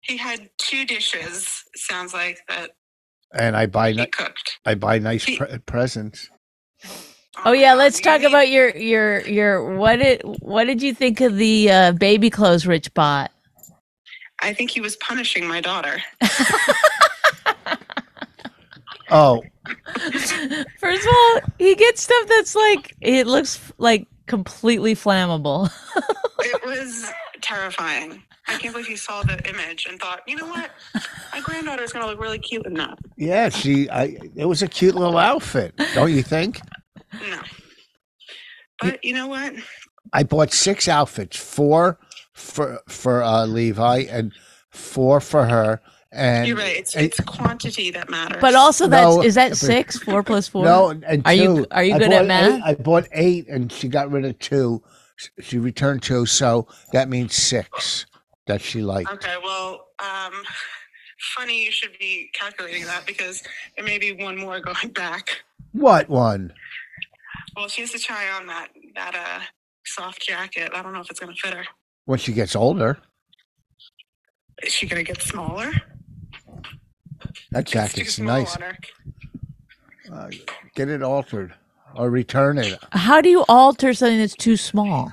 D: he had two dishes. it Sounds like that
B: and I buy
D: he
B: ni-
D: cooked.
B: I buy nice pre- presents.
C: Oh yeah,
D: Um,
C: let's talk
D: maybe-
C: about your your your what did what did you think of the uh, baby clothes Rich bought? <laughs>
D: I think he was punishing my daughter.
B: Oh,
C: First of all, he gets stuff that's like it looks like completely flammable. <laughs>
D: It was terrifying. I can't believe he saw the image and thought, you know what? My granddaughter's going to look really cute in that.
B: yeah, she. I. It was a cute little outfit, don't you think?
D: No. But you know what?
B: I bought six outfits, four for for uh, Levi and four for her. And
D: You're right. It's,
B: and-
D: it's quantity that matters.
C: But also that's
B: No,
C: is that
B: but-
C: six? Four plus four?
B: No, and- and
C: Are you-
B: two.
C: are you
B: I
C: good at
B: bought
C: math?
B: eight- I bought eight, and she got rid of two. S- She returned two, so that means six that she liked.
D: Okay, well, um, funny you should be calculating that because there may be one more going back.
B: What one?
D: Well, she has to try on that that uh soft jacket. I don't know if it's gonna fit her.
B: When she gets older,
D: Is she gonna get smaller?
B: that
D: It's too
B: jacket's
D: small
B: nice.
D: on her.
B: Uh, get it altered or return it.
C: How do you alter something that's too small?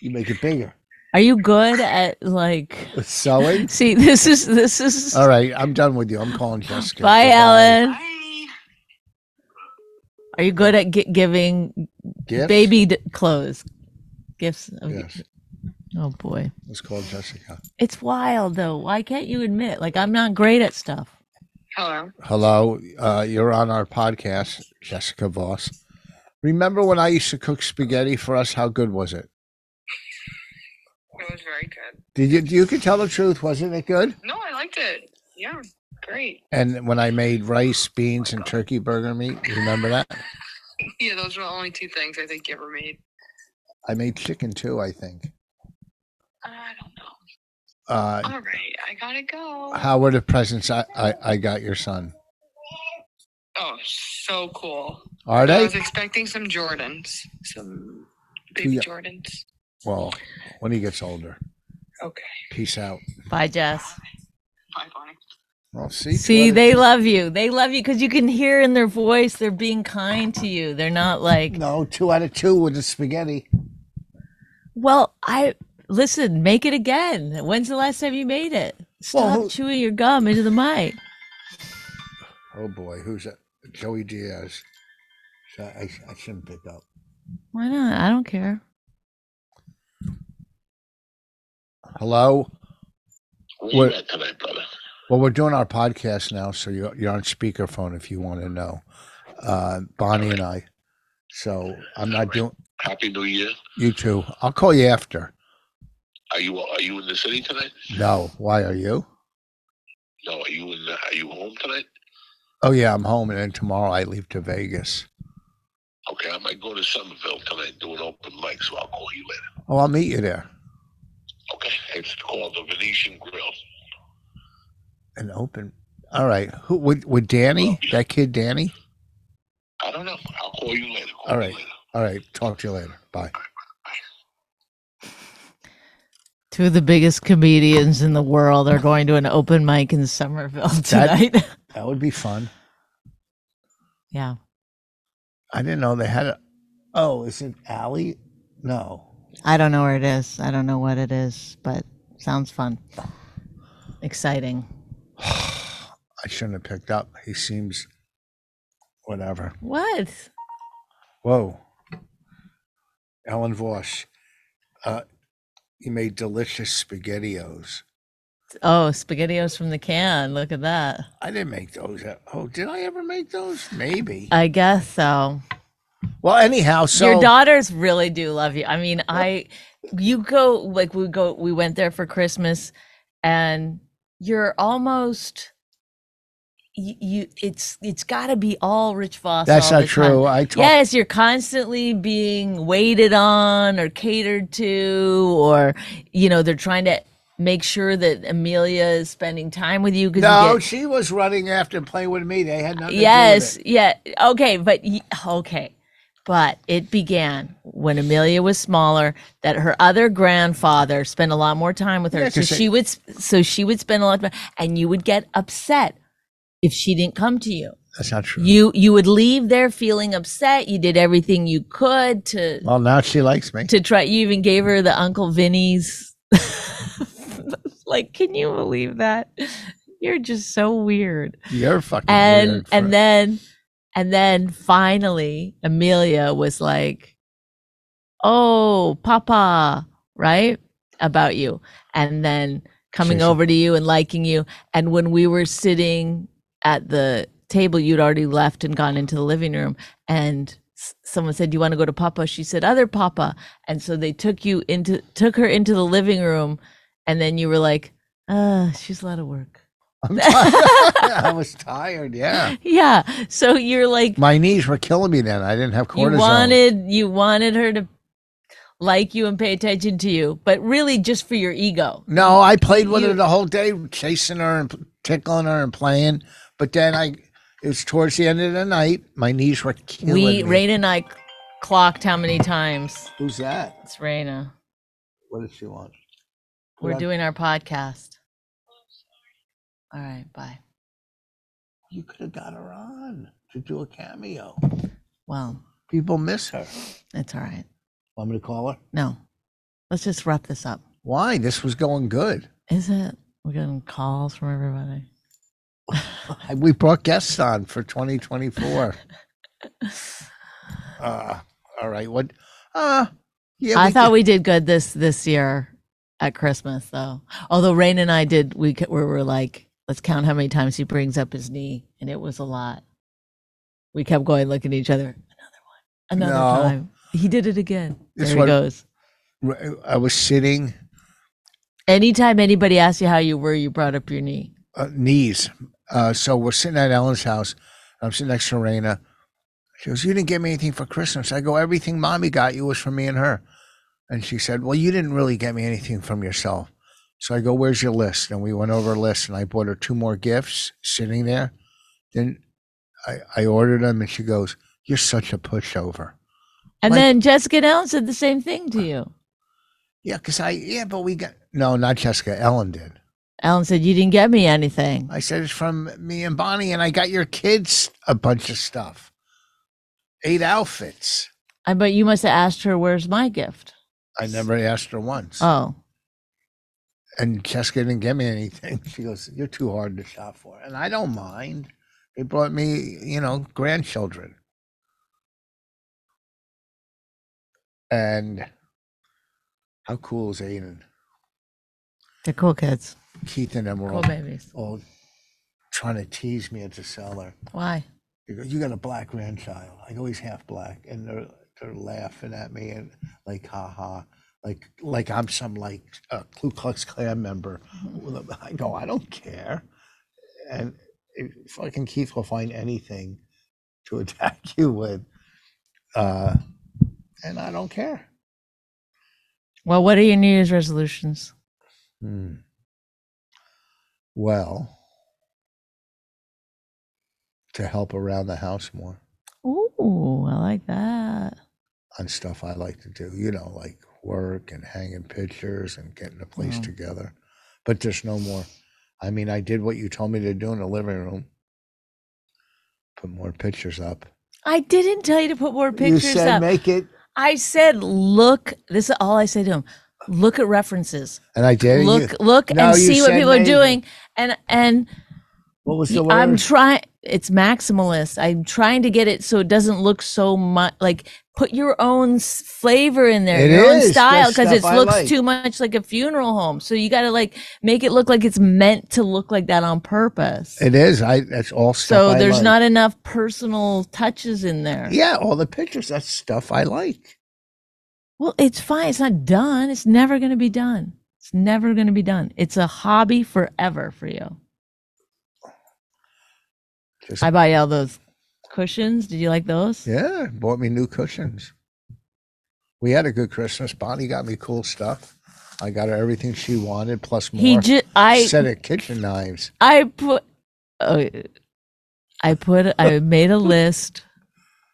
B: You make it bigger.
C: Are you good at like
B: Sewing.
C: <laughs> See, this is this is
B: All right, I'm done with you. I'm calling Jessica.
C: Bye, Ellen.
D: Bye.
C: Are you good at gi- giving
B: Gifts?
C: baby d- clothes gifts? of-
B: Yes.
C: Oh boy.
B: Let's call Jessica.
C: It's wild though. Why can't you admit? Like I'm not great at stuff.
D: Hello.
B: Hello, uh, you're on our podcast, Jessica Voss. Remember when I used to cook spaghetti for us? How good was it?
D: It was very good.
B: Did you? You can tell the truth. Wasn't it good?
D: No, I liked it. Yeah, great.
B: And when I made rice, beans, and turkey burger meat, remember that?
D: Yeah, those were the only two things I think you ever made.
B: I made chicken too, I think.
D: I don't know.
B: Uh,
D: All right, I gotta go.
B: how were the presents I, I, I got your son?
D: Oh, so cool.
B: Are
D: I
B: they?
D: was expecting some Jordans, some
B: Yeah.
D: baby Jordans.
B: Well, when he gets older.
D: Okay.
B: Peace out.
C: Bye, Jess.
D: Bye, Bonnie.
B: Well, see.
C: See,
B: what a-
C: they love you. They love you because you can hear in their voice they're being kind to you. They're not like,
B: No, two out of two with the spaghetti.
C: well, I listen. Make it again. When's the last time you made it? Stop
B: Well, who-
C: chewing your gum into the mic.
B: Oh boy, who's that? Joey Diaz. So I, I shouldn't pick up.
C: Why not? I don't care.
B: Hello.
E: What,
B: What-
E: you got tonight, brother?
B: Well, we're doing our podcast now, so you're, you're on speakerphone if you want to know. Uh, Bonnie and I. So I'm not doing
E: Happy New Year.
B: you too. I'll call you after.
E: Are you are you in the city tonight?
B: No, why are you?
E: No, are you in the, are you home tonight?
B: Oh yeah, I'm home, and then tomorrow I leave to Vegas.
E: Okay, I might go to Somerville tonight do an open mic, so I'll call you later.
B: Oh, I'll meet you there.
E: Okay, it's called the Venetian Grill.
B: An open. All right. Who with with Danny? That kid, Danny.
E: I don't know. I'll call you later. Call
B: All
E: me
B: right.
E: later.
B: All right. Talk to you later. Bye.
C: Two of the biggest comedians in the world are going to an open mic in Somerville
B: That-
C: tonight. <laughs>
B: That would be fun.
C: yeah.
B: I didn't know they had a. Oh, is it Allie? No.
C: I don't know where it is. I don't know what it is, but sounds fun. Exciting.
B: <sighs> I shouldn't have picked up. He seems. Whatever.
C: What?
B: Whoa. Ellen Voss. Uh, you made delicious spaghettios.
C: Oh, spaghettios from the can. Look at that.
B: I didn't make those. Oh, did I ever make those? Maybe.
C: I guess so.
B: Well, anyhow, so
C: Uh, Your daughters really do love you. I mean, I you go like we go we went there for Christmas and you're almost you, you it's it's got to be all Rich Voss.
B: That's not
C: all the time.
B: true. I talk.
C: Yes, you're constantly being waited on or catered to, or you know they're trying to make sure that Amelia is spending time with you because
B: No, she was running after and playing with me. They had nothing
C: yes,
B: to do
C: yeah, okay, but y- okay, but it began when Amelia was smaller that her other grandfather spent a lot more time with her,
B: Yeah,
C: so
B: 'cause
C: she would s- so she would spend a lot of time, and you would get upset if she didn't come to you.
B: with it. That's not true.
C: You you would leave there feeling upset. You did everything you could to
B: well, now she likes
C: <laughs>
B: me.
C: to try. You even gave her the Uncle Vinny's. <laughs> like, can you believe that? You're just so weird.
B: You're fucking
C: And
B: weird for-
C: and then and then finally Amelia was like, "Oh, Papa," right about you, and then coming
B: Seriously.
C: over to you and liking you. And when we were sitting at the table, you'd already left and gone into the living room, and s- someone said, "Do you want to go to Papa?" She said, "Other Papa," and so they took you into took her into the living room, and then you were like, "Uh, she's a lot of work."
B: <laughs>
C: <laughs>
B: I'm tired. <laughs> I was tired. Yeah,
C: Yeah. So you're like
B: my knees were killing me then. I didn't have cortisone.
C: you wanted you wanted her to like you and pay attention to you, but really just for your ego.
B: No, I played with her
C: You-
B: the whole day, chasing her and tickling her and playing. But then I, it was towards the end of the night. My knees were killing
C: we
B: me.
C: Rain and I clocked how many times.
B: Who's that?
C: It's Raina.
B: What does she want?
C: We're
B: What?
C: doing our podcast. All right, bye.
B: You could have got her on to do a cameo.
C: Well,
B: People miss her.
C: it's all right.
B: Want me to call her?
C: No. Let's just wrap this up.
B: Why? This was going good.
C: Is it? We're getting calls from everybody. <laughs>
B: We brought guests on for 2024. <laughs> uh, all right. What? Uh, yeah.
C: I thought
B: did-
C: we did good this this year at Christmas, though. Although Rain and I did, we c- we were like, let's count how many times he brings up his knee, and it was a lot. We kept going, looking at each other. Another one, another
B: No.
C: time. He did it again.
B: This
C: there
B: one-
C: he goes.
B: I was sitting
C: Anytime anybody asks you how you were, you brought up your knee.
B: uh, knees. Uh, so we're sitting at Ellen's house. I'm sitting next to Raina. She goes, "You didn't get me anything for Christmas." I go, "Everything mommy got you was for me and her." And she said, "Well, you didn't really get me anything from yourself." So I go, "Where's your list?" And we went over a list, and I bought her two more gifts sitting there. Then I, I ordered them, and she goes, "You're such a pushover."
C: And
B: Like-
C: then Jessica Downs said the same thing to you.
B: Yeah, because I yeah, but we got no, not Jessica. Ellen did.
C: Alan said you didn't get me anything.
B: I said it's from me and Bonnie, and I got your kids a bunch of stuff, eight outfits.
C: I but you must have asked her, "Where's my gift?"
B: I never asked her once,
C: Oh,
B: and Jessica didn't give me anything. <laughs> She goes, "You're too hard to shop for," and I don't mind. They brought me, you know, grandchildren, and how cool is Aiden,
C: they're cool kids,
B: Keith, and
C: cool
B: Emerald
C: babies.
B: all trying to tease me at the cellar.
C: Why?
B: They go, you got a black grandchild. I go, he's half black, and they're they're laughing at me and like, ha ha, like like I'm some like uh, Ku Klux Klan member. I go, I don't care, and it- fucking Keith will find anything to <laughs> attack you with, uh, and I don't care.
C: Well, what are your New Year's resolutions?
B: Hmm. Well, to help around the house more.
C: Ooh, I like that.
B: on stuff I like to do, you know, like work and hanging pictures and getting the place
C: Mm.
B: together. But there's no more. I mean, I did what you told me to do in the living room. Put more pictures up.
C: I didn't tell you to put more pictures
B: you said
C: up.
B: make it,
C: I said, look. This is all I say to him. Look at references.
B: and I did. and you-
C: look, look,
B: No,
C: and
B: you
C: see what
B: said
C: people are
B: maybe.
C: doing. And and
B: what was the word?
C: I'm trying. It's maximalist. I'm trying to get it so it doesn't look so much like. Put your own s- flavor in there,
B: It
C: your
B: is.
C: own style,
B: That's
C: because it
B: stuff I
C: looks
B: like.
C: too much like a funeral home. So you got to like make it look like it's meant to look like that on purpose.
B: it is. I. That's all stuff.
C: so
B: I
C: there's
B: like.
C: not enough personal touches in there.
B: Yeah, all the pictures. That's stuff I like.
C: Well, it's fine. It's not done. It's never going to be done. It's never going to be done. It's a hobby forever for you.
B: Just,
C: I bought you all those cushions. Did you like those?
B: yeah, bought me new cushions. We had a good Christmas. Bonnie got me cool stuff. I got her everything she wanted, plus more.
C: He just I
B: set of kitchen knives.
C: I put uh, I put I made a list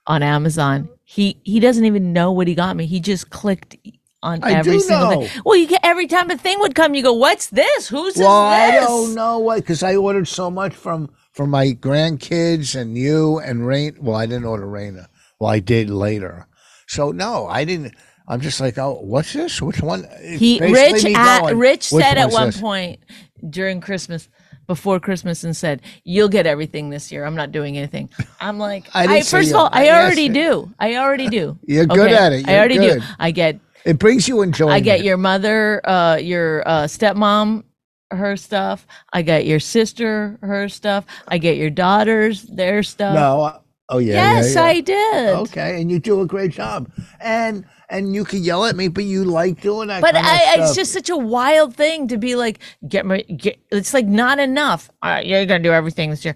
C: on Amazon. He he doesn't even know what he got me. He just clicked on
B: I
C: every
B: do
C: single
B: know.
C: thing. Well, you get every time a thing would come, you go, "What's this? Who's
B: Well, I
C: this?"
B: don't know why, because I ordered so much from from my grandkids and you and Rain. Well, I didn't order Raina. Well, I did later. So no, I didn't. I'm just like, oh, what's this? Which one? It's
C: He
B: basically
C: Rich
B: me
C: at,
B: going,
C: Rich
B: "Which
C: said at
B: one's
C: one
B: this?"
C: point during Christmas before Christmas and said, "You'll get everything this year. I'm not doing anything." I'm like,
B: <laughs> I
C: I,
B: didn't say
C: first of
B: you'll-
C: all, I
B: I
C: already
B: asked it.
C: do. I already do.
B: <laughs> You're good at it.
C: I
B: You're
C: already
B: good.
C: do. I get
B: It brings you enjoyment.
C: I get your mother, uh, your uh, stepmom, her stuff. I get your sister, her stuff. I get your daughters, their stuff.
B: no. I- Oh yeah. yeah,
C: uh, yes,
B: yeah.
C: I did.
B: Okay, and you do a great job, and and you can yell at me, but you like doing that.
C: But
B: kind of
C: I, it's
B: stuff.
C: just such a wild thing to be like, get my, get, it's like not enough. All right, you're gonna do everything this year.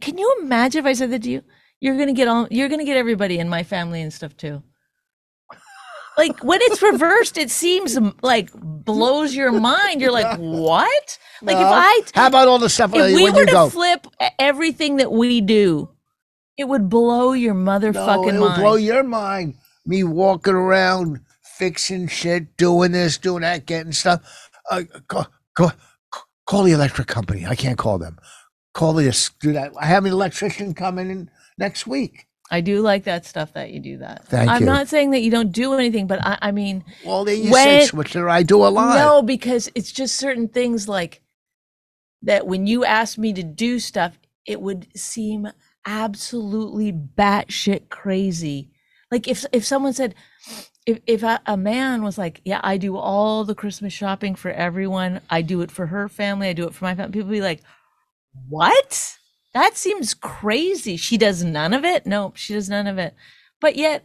C: Can you imagine if I said that to you? You're gonna get all, you're gonna get everybody in my family and stuff too. Like when it's reversed, it seems um, like blows your mind. You're like, what? Like if
B: No.
C: I,
B: How about all the stuff
C: if
B: uh,
C: we
B: when
C: were
B: you
C: to
B: go?
C: flip e- everything that we do, it would blow your motherfucking
B: it'll
C: mind.
B: blow your mind. Me walking around, fixing shit, doing this, doing that, getting stuff. Uh, call, call, call the electric company. I can't call them. Call the do that. I have an electrician coming in next week.
C: I do like that stuff that you do that.
B: Thank
C: I'm
B: you.
C: not saying that you don't do anything, but I, I mean,
B: Well, then you
C: When-
B: said switcher. I do a lot.
C: no, because it's just certain things like that when you ask me to do stuff, it would seem absolutely batshit crazy. Like if if someone said, if if a, a man was like, yeah, I do all the Christmas shopping for everyone. I do it for her family. I do it for my family. People be like, what? That seems crazy. She does none of it. Nope, she does none of it. But yet,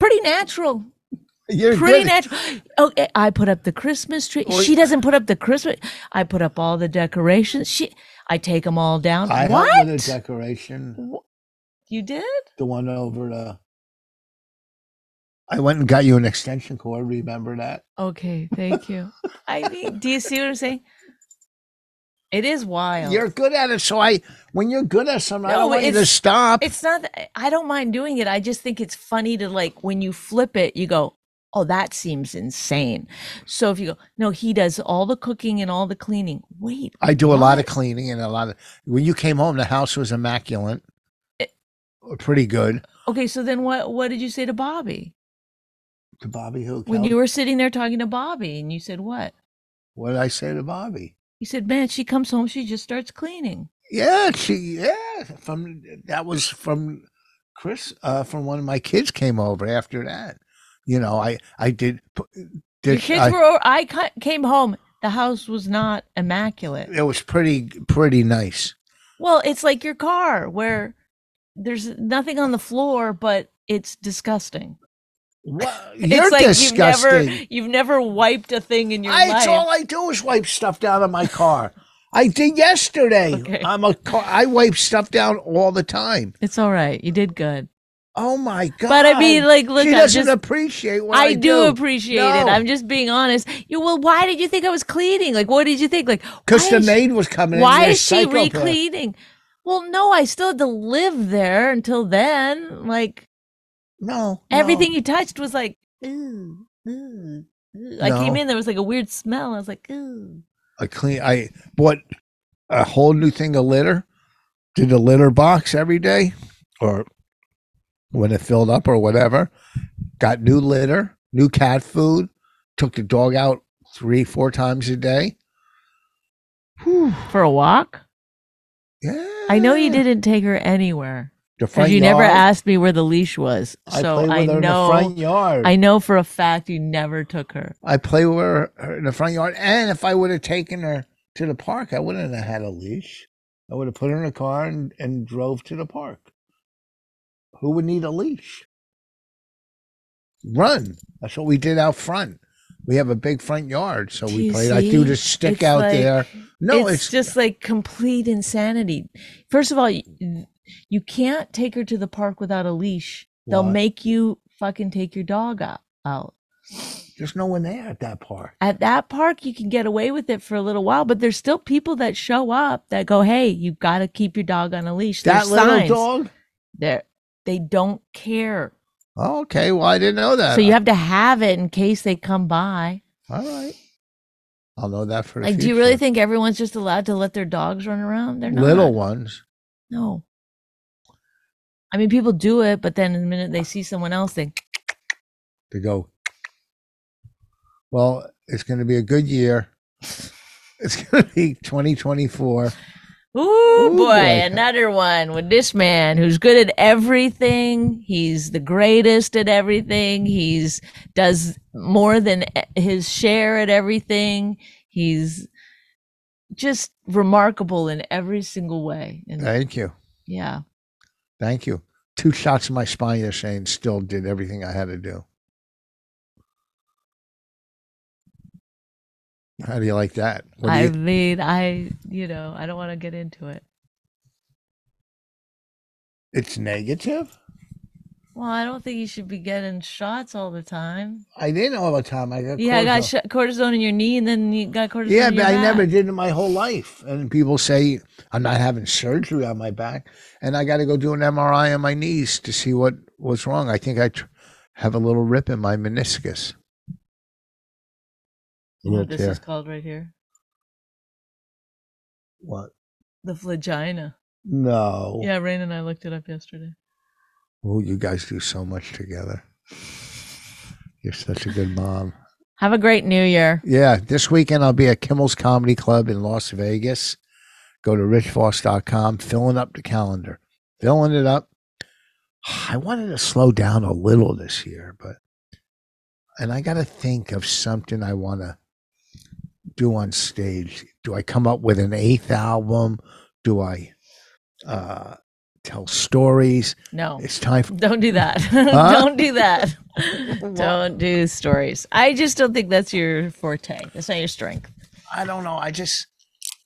C: pretty natural
B: <laughs> You're
C: pretty
B: good.
C: natural. Okay, I put up the Christmas tree. she doesn't put up the Christmas. I put up all the decorations. She, I take them all down.
B: I
C: what?
B: have a decoration.
C: you did?
B: The one over the. I went and got you an extension cord. Remember that?
C: Okay, thank you. I mean, do you see what I'm saying? It is wild.
B: You're good at it, so I. When you're good at something, I
C: No,
B: don't want you to
C: it's-
B: stop.
C: it's not. that- I don't mind doing it. I just think it's funny to like when you flip it, you go. Oh, that seems insane. So if you go, no, he does all the cooking and all the cleaning. Wait,
B: I do a lot of
C: What?
B: cleaning and a lot of. When you came home, the house was immaculate, Eh. Uh,
C: It-
B: pretty good.
C: okay. So then, what? What did you say to Bobby?
B: To Bobby who?
C: when you were sitting there talking to Bobby and you said what?
B: what did I say to Bobby?
C: You said, "Man, she comes home, she just starts cleaning."
B: Yeah, she. Yeah, from that was from Chris. Uh, from one of my kids came over after that. You know, I I did. pu-
C: Your
B: did-
C: kids
B: I-
C: were. Over, I ca- came home. The house was not immaculate.
B: It was pretty pretty nice.
C: Well, it's like your car where there's nothing on the floor, but it's disgusting.
B: What? You're
C: it's like
B: disgusting.
C: you've never you've never wiped a thing in your
B: I,
C: life.
B: it's all I do is wipe stuff down on my car. I did yesterday.
C: <laughs> Okay.
B: I'm a car. I wipe stuff down all the time.
C: it's all right. You did good.
B: Oh my god!
C: But I mean, like, look,
B: she
C: I'm
B: doesn't
C: just-
B: appreciate what I,
C: I, do appreciate it.
B: No.
C: I'm just being honest. You well, why did you think I was cleaning? Like, what did you think? Like,
B: because
C: why
B: the
C: is she-
B: maid was coming.
C: Why
B: in you're a
C: is she
B: psychopath.
C: recleaning? Well, no, I still had to live there until then. Like
B: No, no.
C: everything you touched was like, ooh, ooh, ooh. I came
B: No.
C: in, there was like a weird smell. I was like, ooh.
B: I clean. I bought a whole new thing of litter. Did a litter box every day, or when it filled up, or whatever. Got new litter, new cat food. Took the dog out three, four times a day.
C: For a walk?
B: Yeah,
C: I know you didn't take her anywhere
B: The
C: because
B: front
C: you never
B: yard.
C: asked me where the leash was.
B: I
C: so
B: play with
C: I
B: her in the
C: know,
B: front yard.
C: I know for a fact you never took her.
B: I play with her her in the front yard. And if I would have taken her to the park, I wouldn't have had a leash. I would have put her in a car and, and drove to the park. Who would need a leash? Run. That's what we did out front. we have a big front yard, so
C: Do
B: we
C: you
B: played. I threw
C: see?
B: the stick
C: It's
B: out
C: like-
B: there. No,
C: it's,
B: it's,
C: just like complete insanity. First of all, you, you can't take her to the park without a leash. They'll
B: Why?
C: make you fucking take your dog out. out.
B: there's no one there at that park.
C: At that park, you can get away with it for a little while, but there's still people that show up that go, "Hey, you got to keep your dog on a leash."
B: That
C: there's
B: little
C: signs.
B: dog.
C: They're- they don't care,
B: Oh, okay, well I didn't know that.
C: so you have to have it in case they come by.
B: all right. I'll know that for the
C: Like, do you really
B: future.
C: think everyone's just allowed to let their dogs run around? They're not.
B: little ones?
C: No. I mean, people do it, but then the minute they see someone else, they
B: to go. Well, it's going to be a good year. <laughs> It's going to be 2024.
C: Ooh,
B: Ooh,
C: boy,
B: boy.
C: another one with this man who's good at everything. He's the greatest at everything. He's does more than e- his share at everything. He's just remarkable in every single way. And
B: Thank you.
C: yeah.
B: Thank you. Two shots in my spine yesterday and still did everything I had to do. How do you like that? What do
C: I
B: you-
C: mean, I, you know, I don't want to get into it.
B: it's negative?
C: Well, I don't think you should be getting shots all the time.
B: I didn't all the time. I got
C: Yeah, I got
B: cortisol.
C: sh- cortisone in your knee, and then you got cortisone.
B: Yeah,
C: in
B: but
C: your
B: I never
C: back.
B: did it my whole life. And people say I'm not having surgery on my back, and I got to go do an MRI on my knees to see what was wrong. I think I tr- have a little rip in my meniscus. A
C: You know
B: little
C: what this
B: tear.
C: is called right here
B: what?
C: the flagina.
B: No.
C: Yeah, Rain and I looked it up yesterday.
B: Oh, you guys do so much together. You're such a good mom.
C: Have a great New Year.
B: Yeah, this weekend I'll be at Kimmel's Comedy Club in Las Vegas. Go to richvoss.com, filling up the calendar, filling it up. I wanted to slow down a little this year, but and I got to think of something I want to do on stage. Do I come up with an eighth album? Do I uh, tell stories?
C: No, <laughs>
B: It's time for
C: don't do that. <laughs> don't do <laughs> that. don't do stories. I just don't think that's your forte. That's not your strength.
B: I don't know. I just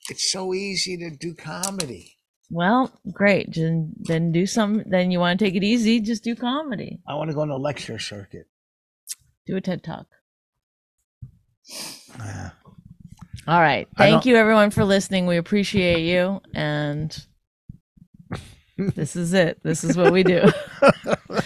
B: it's so easy to do comedy.
C: Well, great. Then, then do some. Then you want to take it easy. Just do comedy.
B: I want to go on a lecture circuit.
C: Do a TED talk.
B: Ah.
C: All right.
B: I
C: Thank
B: don't-
C: you, everyone, for listening. We appreciate you. And this is it. This is what
B: <laughs>
C: we do.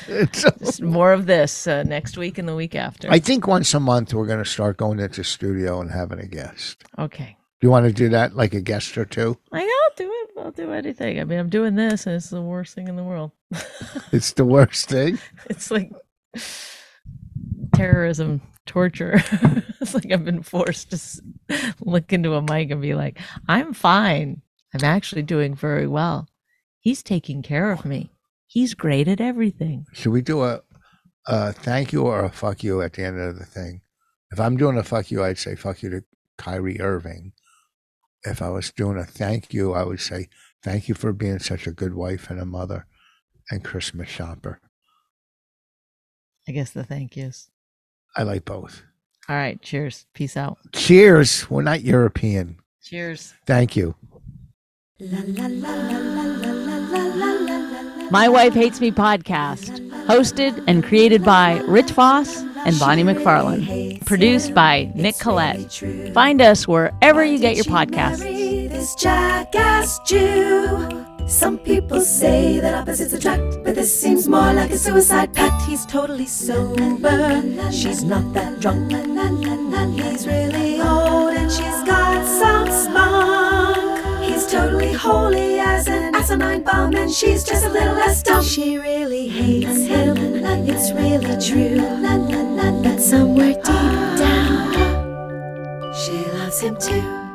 B: It's-
C: Just more of this uh, next week and the week after.
B: I think once a month we're going to start going into studio and having a guest.
C: okay.
B: Do you want to do that, like a guest or two?
C: Like, I'll do it. I'll do anything. I mean, I'm doing this, and it's the worst thing in the world. <laughs>
B: It's the worst thing.
C: it's like terrorism, torture. <laughs> it's like I've been forced to s- look into a mic and be like, I'm fine. I'm actually doing very well. He's taking care of me. He's great at everything.
B: Should we do a, a thank you or a fuck you at the end of the thing? If I'm doing a fuck you, I'd say fuck you to Kyrie Irving. If I was doing a thank you, I would say thank you for being such a good wife and a mother and Christmas shopper.
C: I guess the thank yous.
B: I like both.
C: All right. Cheers. Peace out.
B: Cheers. We're not European.
C: Cheers.
B: Thank you.
F: My Wife Hates Me podcast, hosted and created by Rich Voss and Bonnie McFarlane, produced by Nick Collette. Find us wherever you get your podcasts.
A: This jackass Jew. Some people say that opposites attract, but this seems more like a suicide pact. He's totally sober. She's not that drunk. He's really old and she's got some spunk. He's totally holy as an asinine bomb, and she's just a little less dumb. She really hates him. It's really true. But somewhere deep down, she loves him too.